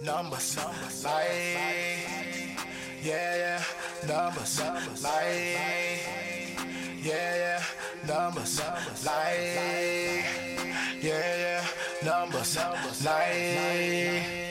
numbers, like, yeah, yeah, numbers, like, yeah, yeah, numbers, like, yeah, yeah, numbers, like.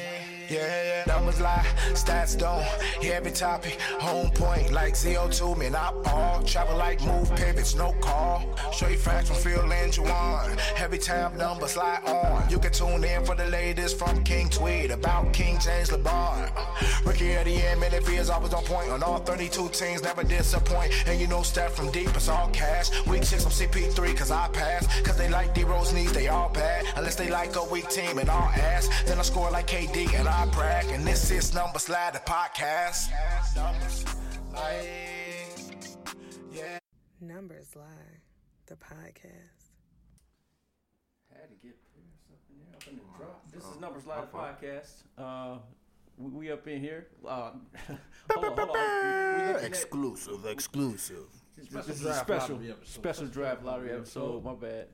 Yeah, yeah. Numbers lie, stats don't. Every topic, home point like ZO2, man. I all travel like move pivots, no call. Show you facts from Phil and Juwan. Every time numbers lie on. You can tune in for the latest from King Tweed about King James LeBron. Ricky at the end, man, if he is always on point on all 32 teams, never disappoint. And you know, stat from deep, it's all cash. Week six, I'm CP3, cause I pass. Cause they like D Rose knees, they all bad. Unless they like a weak team and all ass. Then I score like KD and I brag. And this is Number Slide, the podcast. Numbers, like, yeah. Numbers Lie, the podcast. Had to get something there up in the drop. This is Numbers Live Podcast. Uh, we, we up in here. Uh, hold on, hold on. We, we looking at- Exclusive, exclusive. this is a special, special draft lottery episode. My bad.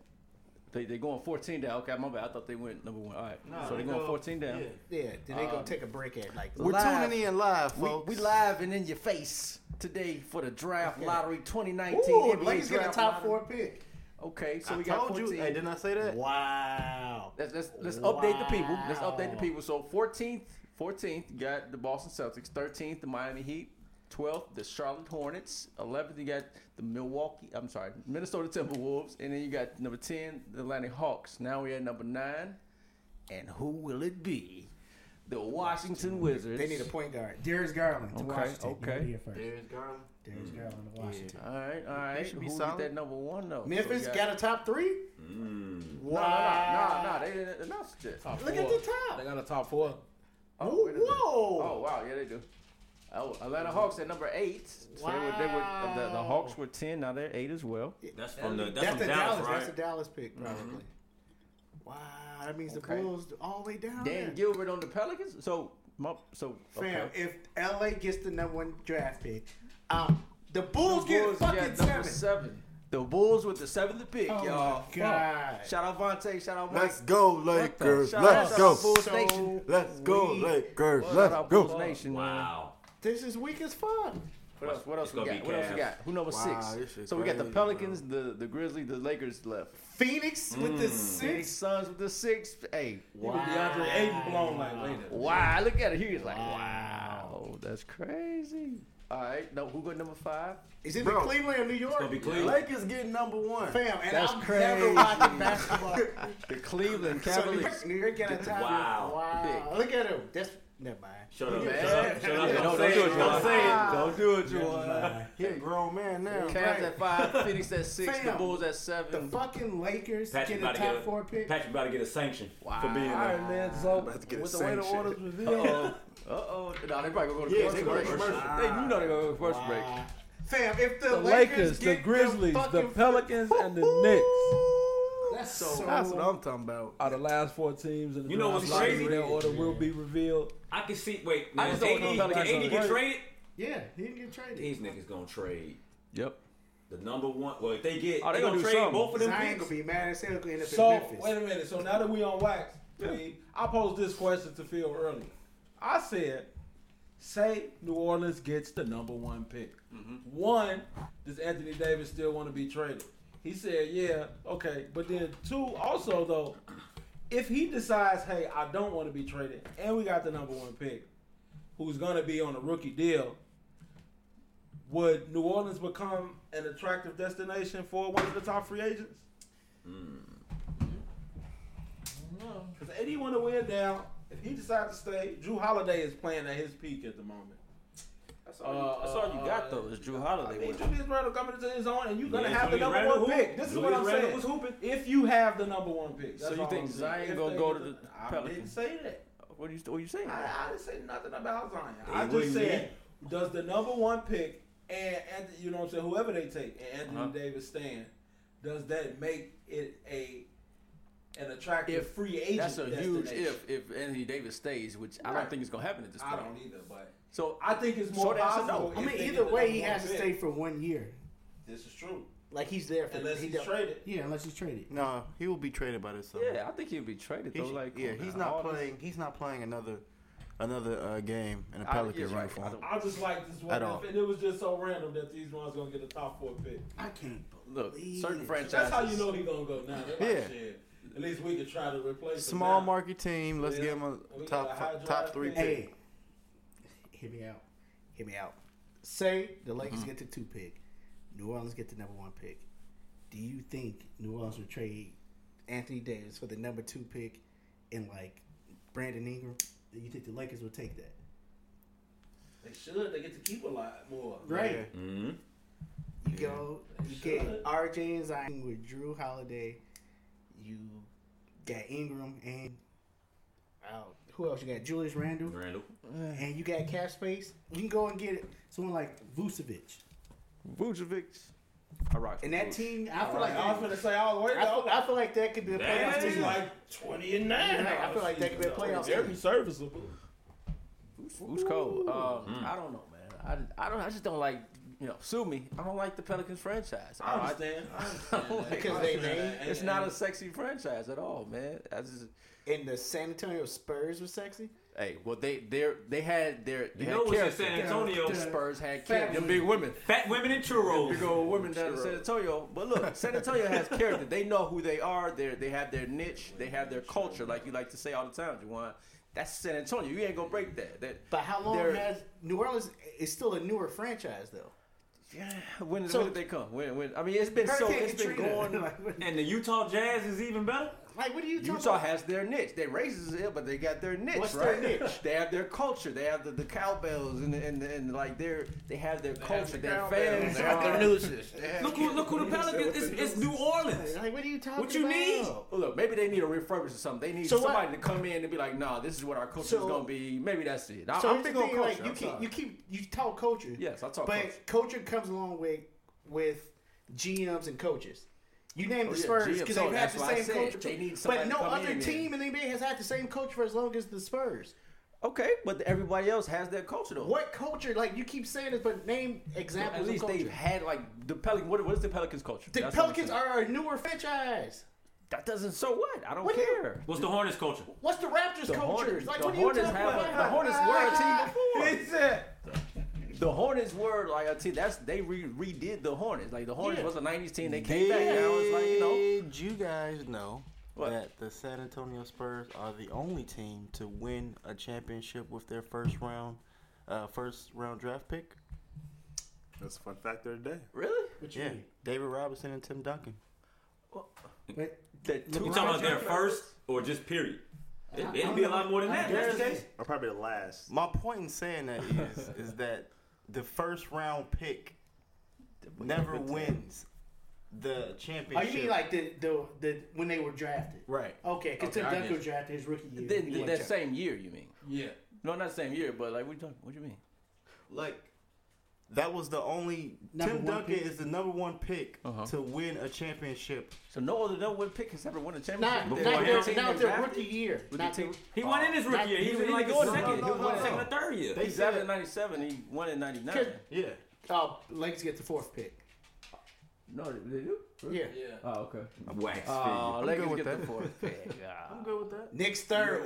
They they going 14 down. Okay, my bad. I thought they went number one. All right. so they going 14 down. Yeah, then they gonna take a break at like We're Live. tuning in live, We, folks. we live and in your face today for the draft lottery 2019. Ooh, NBA Lakers get a draft top lottery. four pick. Okay, so I we got told 14. you. Hey, didn't I say that? Wow. Let's let's, let's update the people. Let's update the people. So 14th, 14th you got the Boston Celtics. 13th the Miami Heat. 12th the Charlotte Hornets. 11th you got the Milwaukee. I'm sorry, Minnesota Timberwolves. And then you got number 10 the Atlanta Hawks. Now we're at number nine, and who will it be? The Washington Wizards. They need a point guard. Darius Garland to Okay, Washington. You okay. heard it here first. There's Garland. Darius Garland to Washington. All right, all right. should be Who get solid. that number one though? Memphis So we got a top three. No, no, no, Wow. no, no, They didn't announce this. Oh, Look at the top. They got a top four. wait a minute. Oh wow, yeah they do. Oh, Atlanta Hawks at number eight. So they were, they were, uh, the, the Hawks were ten. Now they're eight as well. That's from the that's, That's from the Dallas, Dallas. right? That's the Dallas pick probably. Wow, that means Okay. the Bulls all the way down. Dan there. Gilbert on the Pelicans. So, my, so Fam, okay. if LA gets the number one draft pick, um, the Bulls, get got fucking number seven. seven. The Bulls with the seventh pick, Oh y'all. my God. Shout out Vontae. Shout out Mike. Let's go, What the- Lakers. shout Let's out go. to Bulls So- Nation. Let's go, We- Lakers. Shout Let's out go. Bulls Nation. man. Wow. This is weak as fuck. What else? What else It's we gonna got? be What else we Cavs. got? Who number Wow, this six? shit So we got the crazy, bro. Pelicans, the the Grizzlies, the Lakers left. Phoenix with the six. Phoenix Suns with the six. Hey, Even DeAndre Ayton blown like later. Wow, look at it. He was like, wow, Oh, that's crazy. All right, no, who got number five? Is it Bro. in Cleveland or New York? Gonna be clean. Lakers getting number one. Fam, and That's I'm crazy. never watching basketball. The Cleveland so New Cavaliers. York, New York got a top. Wow. Wow. Look at him. That's never mind. Shut up. Man. Shut up. Shut up. Yeah, Don't don't say do it. it, Don't Juwan. say it. Don't do it, Juwan. Uh, He a grown man now. Cavs at five, Phoenix at six, the Fam. Bulls at the seven. fucking Lakers get Patrick about a to get top a four pick. Patrick about to get a sanction for being All right, there. man. So About to get with the way the sanctioned. orders was in, uh oh, uh oh, no, they probably gonna go to Yeah, first they gonna break. go to first They knew they were gonna go to first break. Fam, if the, The Lakers, the get Grizzlies, the fucking- Pelicans, and the Knicks That's so. That's what I'm talking about. are the last four teams in the You know draft what's lottery. crazy? Their order will be revealed. I can see. Wait, I man, just AD, don't know if can that's AD right. get traded? yeah, he didn't get traded. These niggas gonna trade Yep. the number one. Well, if they get, Oh, they they gonna gonna, do trade something. both of them Zion picks. gonna be mad as hell. Gonna end up in So Memphis. wait a minute. So now that we on wax, I mean, I posed this question to Phil earlier. I said, say New Orleans gets the number one pick. One, does Anthony Davis still want to be traded? He said, yeah, okay. But then two, also though, if he decides, hey, I don't want to be traded, and we got the number one pick, who's gonna be on a rookie deal. Would New Orleans become an attractive destination for one of the top free agents? Because AD want to win now. If he decides to stay, Drew Holiday is playing at his peak at the moment. That's all, you, that's all you got though is Drew I Holiday. mean, winning. Julius Randle coming into his own, and you're gonna Yeah, have the Julius number Randle one hoop. pick. This is Julius what I'm Randle saying. was hooping. If you have the number one pick, So that's you all think I'm saying. Zion If gonna they go get to the I didn't Pelicans? say that. What are you what are you saying? I, I didn't say nothing about Zion. Hey, I what just do you said, does the number one pick and, Anthony, you know what I'm saying, whoever they take, and Anthony Uh-huh. Davis stand, does that make it a an attractive If- free agent? That's a huge destination? if if Anthony Davis stays, which I don't Right. think is gonna happen at this I point. don't either, but So I think it's more Short answer, possible. no. I mean, if they either get the way, number he one has to pick. stay for one year. This is true. Like he's there for Unless he he's don't- traded. Yeah, unless he's traded. No, he will be traded by this summer. yeah, I think he'll be traded He though. should- Like yeah, come he's on, all not this- playing. He's not playing another another uh, game in a I- Pelicans you're right. I uniform. don't- I just like this At one, all. and it was just so random that these ones gonna get a top four pick. I can't Look, believe certain it. franchises. That's how you know he gonna go now. They're like, Yeah. shit, At least we could try to replace him Small now. market team. Let's Yeah. give them We a got top a high fi- top draft three pick. Hey, pick. hear me out. Hear me out. Say the Lakers Mm-hmm. get the two pick, New Orleans get the number one pick. Do you think New Orleans would trade Anthony Davis for the number two pick and like Brandon Ingram? Do you think the Lakers would take that? They should. They get to keep a lot more. Right. Mm-hmm. You go, you Should. get RJ and Zion with Drew Holiday. You got Ingram and uh, who else? You got Julius Randle, Randall. and you got cap space. You can go and get someone like Vucevic. Vucevic. I rock. And that team, I Oh, feel Like, like I was gonna say, I was waiting. I feel, I feel like that could be a Damn. playoff team. like twenty and nine. I feel like that could be a playoff Oh, Very team. serviceable. Who's cold? Um, I don't know, man. I, I don't. I just don't like. You know, sue me. I don't like the Pelicans franchise. I understand. I understand. that. Because I they understand made- that. It's And- not a sexy franchise at all, man. I just, And the San Antonio Spurs was sexy. hey, well, they they they had their they You had know what's in character. San Antonio? The Spurs had character. Them big women, Fat women and churros. big old women down in San Antonio. But look, San Antonio has character. They know who they are. They they have their niche. They have their culture, like you like to say all the time, Juwan. That's San Antonio. You ain't gonna break that. That But how long They're- has New Orleans? It's still a newer franchise though. yeah. When, So- when did they come? When when? I mean, it's been so. Hurricane It's been Katrina. going. like, what- And the Utah Jazz is even better. like, what are you talking Utah about? has their niche. They racist as hell, but they got their niche, What's right? their niche? they have their culture. They have the, the cowbells and and and like their they have their culture. the Their cowbells. fans. They are- nooses. Look who, look who the Pelicans. It's, it's New Orleans. Like, what are you talking What you need? about? Oh, Look, maybe they need a refurbish or something. They need So somebody what- to come in and be like, "Nah, this is what our culture is So- gonna be." Maybe that's it. I, So I'm here's big the on thing, culture. like, you I'm keep, sorry. you keep you talk culture. Yes, I talk But culture. culture comes along with with GMs and coaches. You name Oh, the yeah, Spurs GMs. because So they've had that's the why I same said coach. they need but somebody no to come other in team in the NBA has had the same coach for as long as the Spurs. okay, but everybody else has their culture though. What culture? Like you keep saying this, but name examples At least of they've culture. had like the Pelicans. What, what is the Pelicans culture? The That's what I'm Pelicans saying. are a newer franchise. That doesn't. So what? I don't What do you- care. What's the Hornets culture? What's the Raptors The culture? Hornets, Like the what are you Hornets talking have about? a- the Hornets were a team before. He said, The Hornets were like I tell you, that's they re- redid the Hornets. Like the Hornets Yeah. was a '90s team. They came Did back. Now it's like you know. you guys know What? that the San Antonio Spurs are the only team to win a championship with their first round, uh, first round draft pick? That's a fun fact of the day. Really? What you Yeah, mean? David Robinson and Tim Duncan. But The two You talking about their first or just period? It, it'd be a lot more than that. That's the case. Or probably the last. My point in saying that is is that the first round pick never wins the Oh, championship. you mean like the the, the when they were drafted? right? Okay, because Okay, Tim I Duncan get was drafted his rookie year. Then, He th- won that champ- same year, you mean? yeah. No, not same year, but like what you talking? What you mean? Like that was the only Number Tim one Duncan pick? is the number one pick Uh-huh. to win a championship. So no other no one pick has ever won a Not, championship. not, with Before their, him. not their rookie year. year. With Not the their, team. He won in his rookie year. He was in like his going second, second. he was No, no, second no. or third year. He's seven in '97. He won in '99. Cause- Yeah, oh, Lakers get the fourth pick. No, did did you? Yeah. Oh, okay. Wax figure. Oh, Lakers with get that. the fourth pick. Yeah. I'm good with that. Knicks third.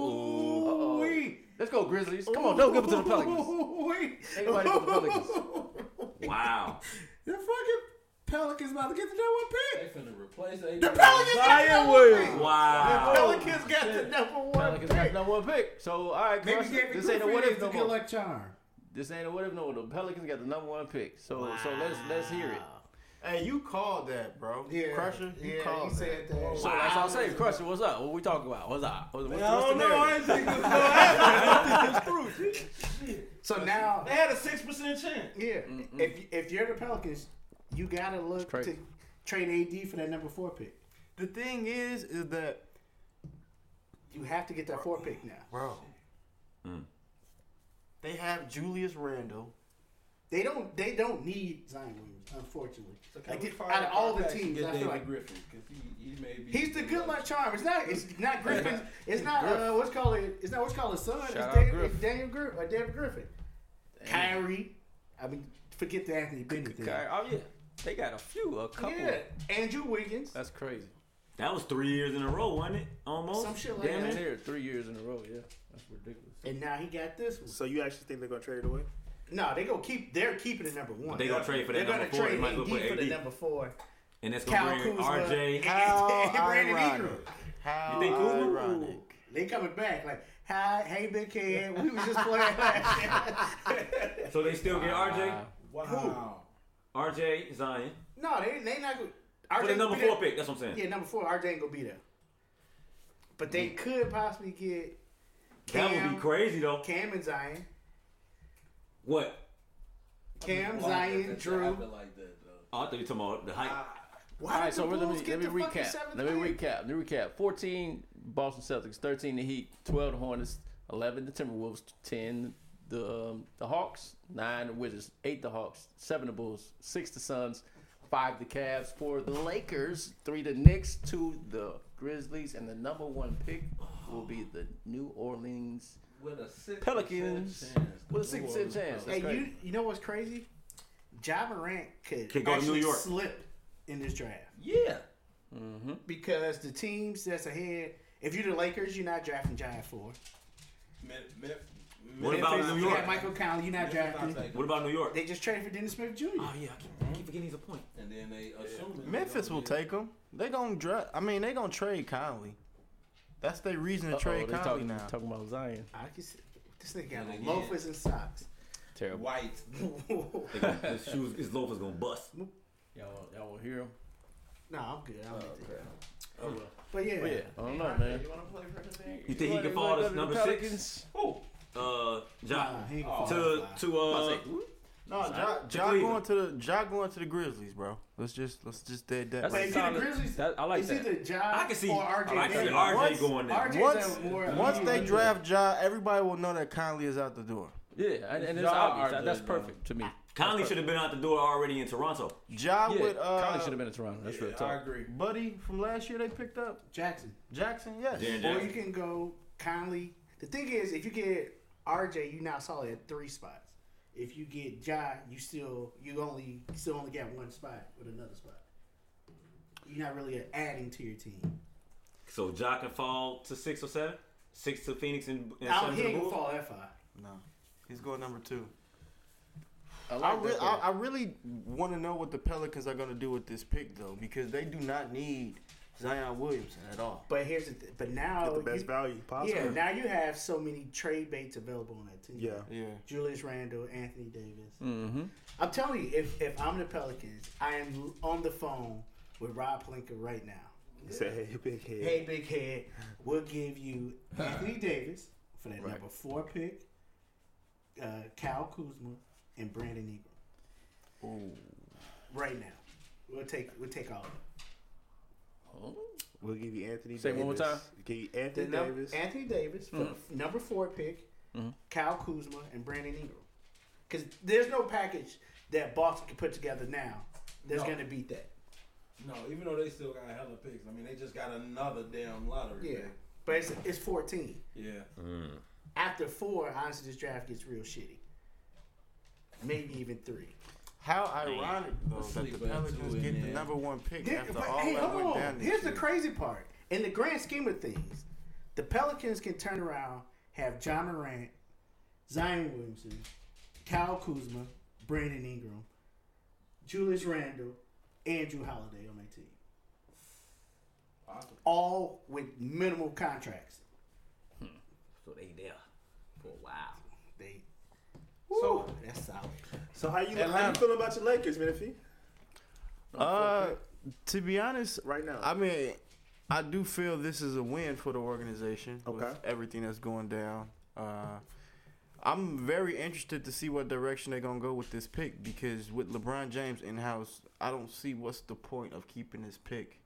Ooh. Uh-oh. Let's go Grizzlies. Come on, don't give it to the Pelicans. Everybody for the Pelicans. wow. The fucking Pelicans about to get the number one They pick. finna replace AD. The Pelicans got the number one pick. Wow. Pelicans got the number one Pelicans got pick. number one pick. So all right, Carson, this ain't a what if no more. charm. This ain't a what if no. more. The Pelicans got the number one pick. So so let's let's hear it. Hey, you called that, bro. Yeah. Crusher, you yeah, he called that. said that. So that's all I'm saying. Crusher, what's up? What we talking about? What's up? What's, what's, I what's the don't know. I narrative? ain't think this was gonna happen. So now, They had a six percent chance. yeah, if if you're the Pelicans, you gotta look crazy. to trade AD for that number four pick. The thing is, is that You have to get that four pick now. bro, Hmm. they have Julius Randle. They don't. They don't need Zion Williams, unfortunately. Okay, Like, we it- fired out of all the Parker to teams, get I feel David like Griffin, 'cause he, he may be he's the good luck charm. It's not. It's not Griffin. It's not uh, what's called it. It's not what's called his son. It's Shout out Daniel, Griff. it's Daniel Griffin or David Griffin. Kyrie. I mean, forget the Anthony Bennett thing. Okay, Oh yeah, they got a few, a couple. Yeah, Andrew Wiggins. That's crazy. That was three years in a row, wasn't it? Oh, Almost. Some shit like Damn that. it. Here, three years in a row. Yeah, that's ridiculous. And now he got this one. So you actually think they're gonna trade it away? No, they gonna keep. They're keeping the number one. They gonna trade for that They're gonna number four. They trade might as well AD put for the AD. number four. And that's Kyle gonna bring Kuzma. RJ. How Brandon ironic. Ingram. How You think Kuzma? ironic. They coming back like, hi, hey, big kid. We was just playing last year. So they still get RJ. Wow. RJ Zion. no, they they not gonna. For the ain't gonna number be there. four pick. That's what I'm saying. Yeah, number four. RJ ain't gonna be there. But they could possibly get that would Cam. be crazy though. Cam and Zion. What? Cam, Why did Zion, that Drew. happen like that, though? Oh, I thought you were talking about the height. Why All did right, so the let me Bulls get let me the fucking recap. seventh Let me pick? recap. Let me recap. Fourteen Boston Celtics, thirteen the Heat, twelve the Hornets, eleven the Timberwolves, ten the um, the Hawks, nine the Wizards, eight the Hawks, seven the Bulls, six the Suns, five the Cavs, four the Lakers, three the Knicks, two the Grizzlies, and the number one pick will be the New Orleans With a six Pelicans with a six percent chance. That's Hey, you crazy. you know what's crazy? Ja Morant could, Could go to New actually York. slip in this draft Yeah. because the teams that's ahead. If you're the Lakers, you're not drafting Ja at four. Mem- Mem- What Memphis- about Memphis, New you York? got Michael Conley, you're not Memphis, I'll drafting. take What him. about New York? They just traded for Dennis Smith Jr. Oh yeah, I keep, I keep forgetting he's a point. And then they assume that Memphis they will gonna take him. They gonna dra- I mean, they gonna trade Conley. That's their reason to Uh-oh, trade they Conley talking, now. talking about Zion. I can see, this nigga got And again. loafers and socks. get Terrible. White. no, They gonna- His shoes, his loafers gonna bust. Y'all, y'all will hear him. I'm good. I don't need to. Oh, well. But yeah, But yeah, I don't know, man. wanna play for the thing? You think he could fall to number six? Oh, Uh, Nah, John. he ain't Oh. gonna To fall. to uh, No, Ja, To ja going Cleveland. to the Ja going to the Grizzlies, bro. Let's just let's just dead that. That's But right if now. you're the solid. Grizzlies, That- I like it's that. either Ja I can see. or RJ. I can see Bennett. RJ Once- going there. RJ 's Once- a more- Once he- they draft Ja, everybody will know that Conley is out the door. Yeah, and, and it's Y'all obvious. are That- that's good, perfect to me. Conley should have been out the door already in Toronto. Ja Yeah, with uh, Conley should have been in Toronto. That's real yeah, I talk. agree. Buddy from last year they picked up Jackson. Jackson. Yes. Jaren Or you Jackson. can go Conley. The thing is, if you get RJ, you now solid at three spots. If you get Ja, you still you only still only got one spot with another spot. You're not really adding to your team. So Ja can fall to six or seven. Six to Phoenix and, and Now seven he to the ain't gonna Bulls. fall that far. No, he's going number two. I I, like re- that. I, though. I really want to know what the Pelicans are going to do with this pick though, because they do not need Zion Williamson at all. But here's the th- but now Get the best you- value possible. yeah now you have so many trade baits available on that team. Yeah. Yeah. Julius Randle, Anthony Davis. Mm. Mm-hmm. I'm telling you, if if I'm the Pelicans, I am on the phone with Rob Palenka right now. He said, hey, big head. Hey, big head, we'll give you Anthony Davis for that number four pick, uh, Cal Kuzma, and Brandon Ingram. Right now, we'll take we'll take all of them. We'll give you Anthony Say it Davis. one more Give you The Anthony num- Davis. Anthony Davis for the f- number four pick, Cal Kuzma, and Brandon Ingram. Because there's no package that Boston can put together now that's No. going to beat that. No, even though they still got hella picks. I mean, they just got another damn lottery Yeah, pick. but it's it's 14. Yeah. After four, honestly, this draft gets real shitty. Maybe even three. How ironic though that sleep the with two Pelicans in get the there. number one pick Then- after but, all hey, that hold went on. down. this Here's the year. crazy part. In the grand scheme of things, the Pelicans can turn around, have John Morant, Zion Williamson, Kyle Kuzma, Brandon Ingram, Julius Randle, Andrew Holiday on their team. Possible. All with minimal contracts. Hmm. So they there for a while. They So, that's solid. So how you how you Atlanta. feeling about your Lakers, Minifee? Uh, to be honest, Right now. I mean, I do feel this is a win for the organization. Okay. With everything that's going down. Uh, I'm very interested to see what direction they're gonna go with this pick because with LeBron James in house, I don't see what's the point of keeping this pick.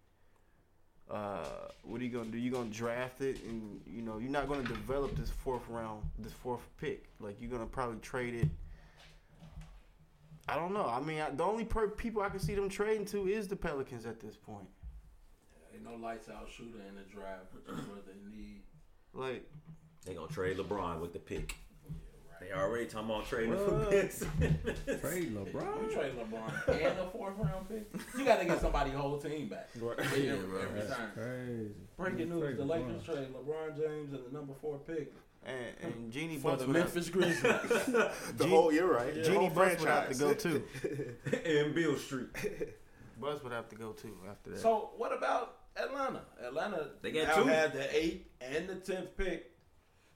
Uh, what are you gonna do? You gonna draft it, and you know you're not gonna develop this fourth round, this fourth pick. Like you're gonna probably trade it. I don't know. I mean, I, the only per- people I can see them trading to is the Pelicans at this point. ain't no lights out shooter in the draft, which is what they need. Like They gonna trade LeBron with the pick. They already talking about trading for Benson. Trade LeBron. You trade LeBron and a fourth round pick. You got to get somebody whole team back. Every, every time. Crazy. Breaking news: Trade The LeBron. Lakers trade LeBron James and the number four pick And, and Genie for Bucks the would have- Memphis Grizzlies. The whole, you're right. The Genie whole Bucks would have to franchise. go too. and Bill Street. Buzz would have to go too after that. so what about Atlanta? Atlanta They got now two. had the eighth and the tenth pick.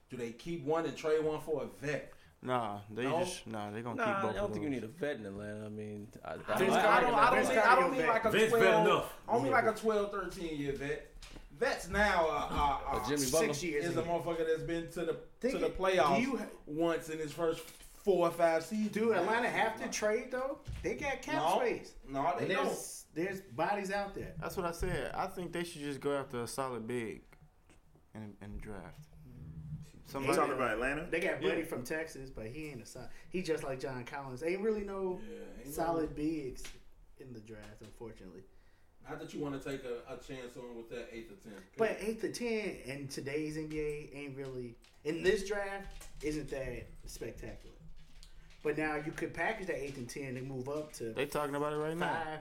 Do they keep one and trade one for a vet? nah, they No. just nah, they gonna keep Nah, I both. don't of think you those. need a vet in Atlanta. I mean, I, I, Vince I- I don't, I don't, Vince mean, gotta I get don't a mean vet. like a Vince vet 12, enough. I don't mean like a 12, 13 year vet. Vets now are, are, A Jimmy six Butler. years is a motherfucker that's been to the Think to the it- playoffs do you- once in his first four or five seasons. Do Atlanta have to trade though? They got cap No, space. no, they And don't. there's there's bodies out there. That's what I said. I think they should just go after a solid big, in in the draft. You Somebody. talking about Atlanta? They got Buddy from Texas, but he ain't a solid. He just like John Collins. Ain't really no Yeah, ain't solid bigs in the draft, unfortunately. Not that you want to take a, a chance on with that eighth or tenth. But eight to ten in today's NBA ain't really in this draft isn't that spectacular. But now you could package that eight and ten and move up to They talking about it right now. five.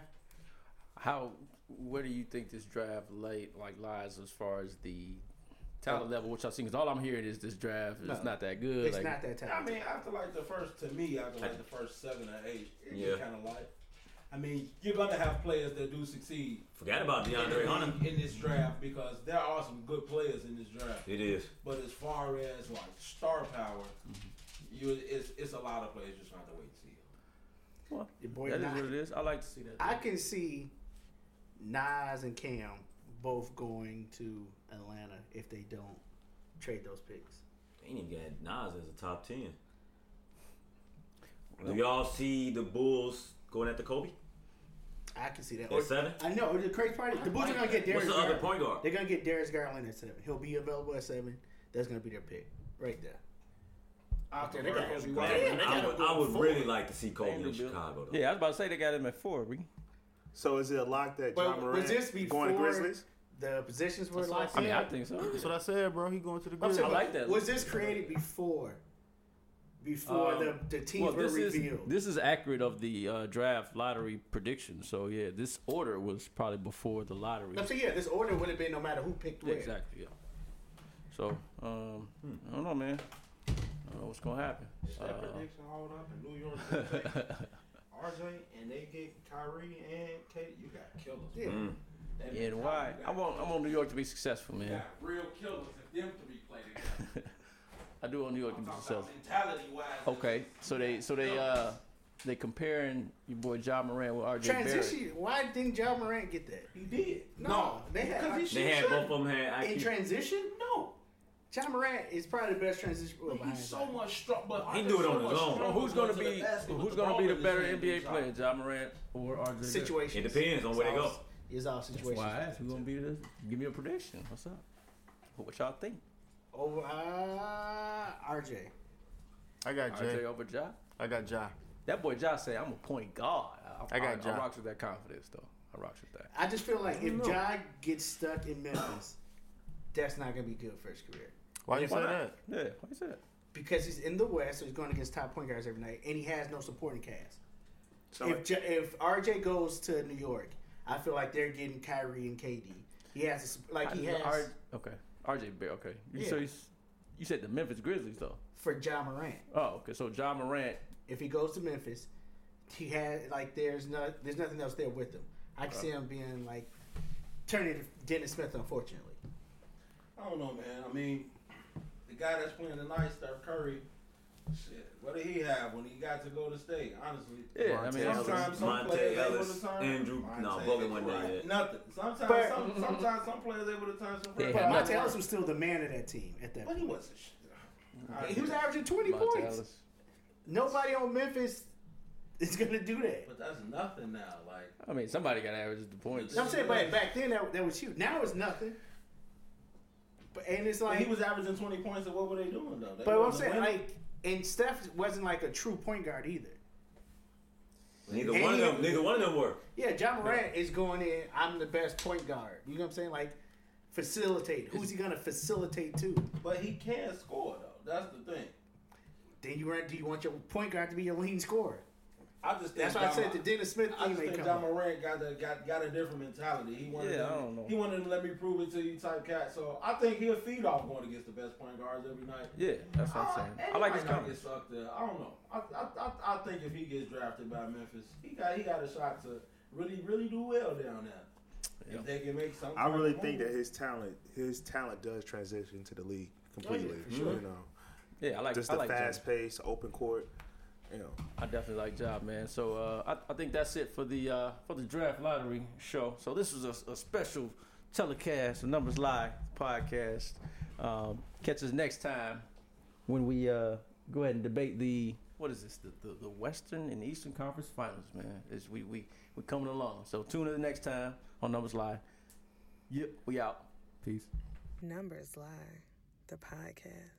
how where do you think this draft late like lies as far as the talent level which I've seen? Because all I'm hearing is this draft is not that good. It's like, not that I talented. mean, after like the first, to me, after like the first seven or eight, Yeah. it's kind of like. I mean, you're gonna have players that do succeed Forgot about DeAndre Hunter. in this draft because there are some good players in this draft. It is. But as far as like star power, Mm-hmm. you it's it's a lot of players just not to wait to see. Well, Your boy that is Nas. what it is. I like to see that. I can see Nas and Cam both going to Atlanta if they don't trade those picks. They ain't even got Nas as a top ten. Do y'all see the Bulls going after Kobe? I can see that. At seven? I know the crazy part is the Bulls are gonna get Darius. What's the other Garland. point guard? They're gonna get Darius Garland at seven. He'll be available at seven. That's gonna be their pick right there. I Okay, they got Kobe Kobe White. White. Man, I would, I would really like to see Kobe in Chicago though. Yeah, I was about to say they got him at four. We So is it a lock that But John was Morant this going to before- Grizzlies? The positions were locked. I mean, in. I think so. That's what I said, bro. He going to the I'm Grizzlies. saying, I like that. Was this created before? Before Um, the the teams Well, were this is revealed. this is accurate of the uh, draft lottery prediction. So yeah, this order was probably before the lottery. I'm saying, yeah, this order would have been no matter who picked where. Exactly. Yeah. So um, I don't know, man. I don't know what's gonna happen. That Uh, prediction hold up in New York. they take RJ and they get Kyrie and Kate. You got killers. Yeah. man. Mm-hmm. Mm. That means and why? you I got- want I want New York to be successful, you man. got real killers if them three play together. I do want New York to I'm be talking successful. about mentality wise. Okay, so they so they uh they comparing your boy John Moran with RJ Barrett. Transition. Why didn't John Morant get that? He did. No, they had- because he They should- had both of them had In IQ. transition, No, John Morant is probably the best transition. Well, behind he's so Zion. much strong. But He do it so on his much own. So stronger who's gonna going to be the basket with who's gonna ball be the in his better hand NBA than player, Zion. John Moran or RJ? Barrett? situation. It depends on where they go. It's all That's why I situations. asked. Who's gonna be this? Give me a prediction. What's up? What y'all think? Over uh, RJ. I got RJ Jay. over Ja? I got Ja. That boy Ja say I'm a point guard. I, I got I, Ja. rocks with that confidence though. I rocks with that. I just feel like if Ja gets stuck in Memphis, that's not gonna be good for his career Why you say Why not? that? Yeah, what is that? because he's in the West, so he's going against top point guards every night, and he has no supporting cast. if J- if RJ goes to New York, I feel like they're getting Kyrie and KD. He has a, sup- like he has R- okay. RJ Barrett. Okay. You Yeah. so you, s- you said the Memphis Grizzlies though. for John Morant. Oh, okay. So John Morant. If he goes to Memphis, he had like there's no there's nothing else there with him. I can see him being like turning to Dennis Smith, unfortunately. I don't know, man. I mean, the guy that's playing tonight, Steph Curry, shit, what did he have when he got to go to state? Honestly. Yeah, I mean, Monte Sometimes some Monte players able Ellis, to turn. Andrew- no, Monte Bogut wasn't Ellis, there yet. Nothing. Sometimes, But- some, sometimes some players able to turn some. Yeah, But I'm Monte Ellis was still the man of that team at that But he point. wasn't. shit. I He was get it. averaging 20 Monte points. Ellis. Nobody on Memphis is going to do that. But that's nothing now. Like I mean, somebody got to average the points. I'm saying, but back then, that, that was huge. Now it's nothing. But, and it's but like, he was averaging twenty points. So what were they doing though? They but what I'm wasn't saying, winning. like, and Steph wasn't like a true point guard either. Neither And one of he- them. Neither one of them were. Yeah, John Morant is going in, I'm the best point guard. You know what I'm saying? Like, facilitate. Who's he going to facilitate to? but he can score though. That's the thing. Then you want? Do you want your point guard to be your lean scorer? I just think That's why I John said Ma- the Dennis Smith I thing just may think come. John up. Morant got a, got got a different mentality. He wanted Yeah, to, I don't know. he wanted to let me prove it to you type cat. So I think he'll feed off going against the best point guards every night. Ah, Yeah, that's what I'm Oh, saying. I like his comment. comments. Get sucked there. I don't know. I, I, I, I think if he gets drafted by Memphis, he got he got a shot to really really do well down there. Yeah. If they can make some. I type really of think that move. his talent, his talent does transition to the league completely. Oh, for sure. You know, Yeah, I like. just I the like fast Job. pace, open court. You know, I definitely like job, man. So uh, I, I think that's it for the uh, for the draft lottery show. So this was a, a special telecast, the Numbers Live podcast. Um, catch us next time when we uh, go ahead and debate the what is this the, the, the Western and Eastern Conference Finals, man. Is we we we coming along. So tune in next time on Numbers Live. Yep, we out. Peace. Numbers Lie, the podcast.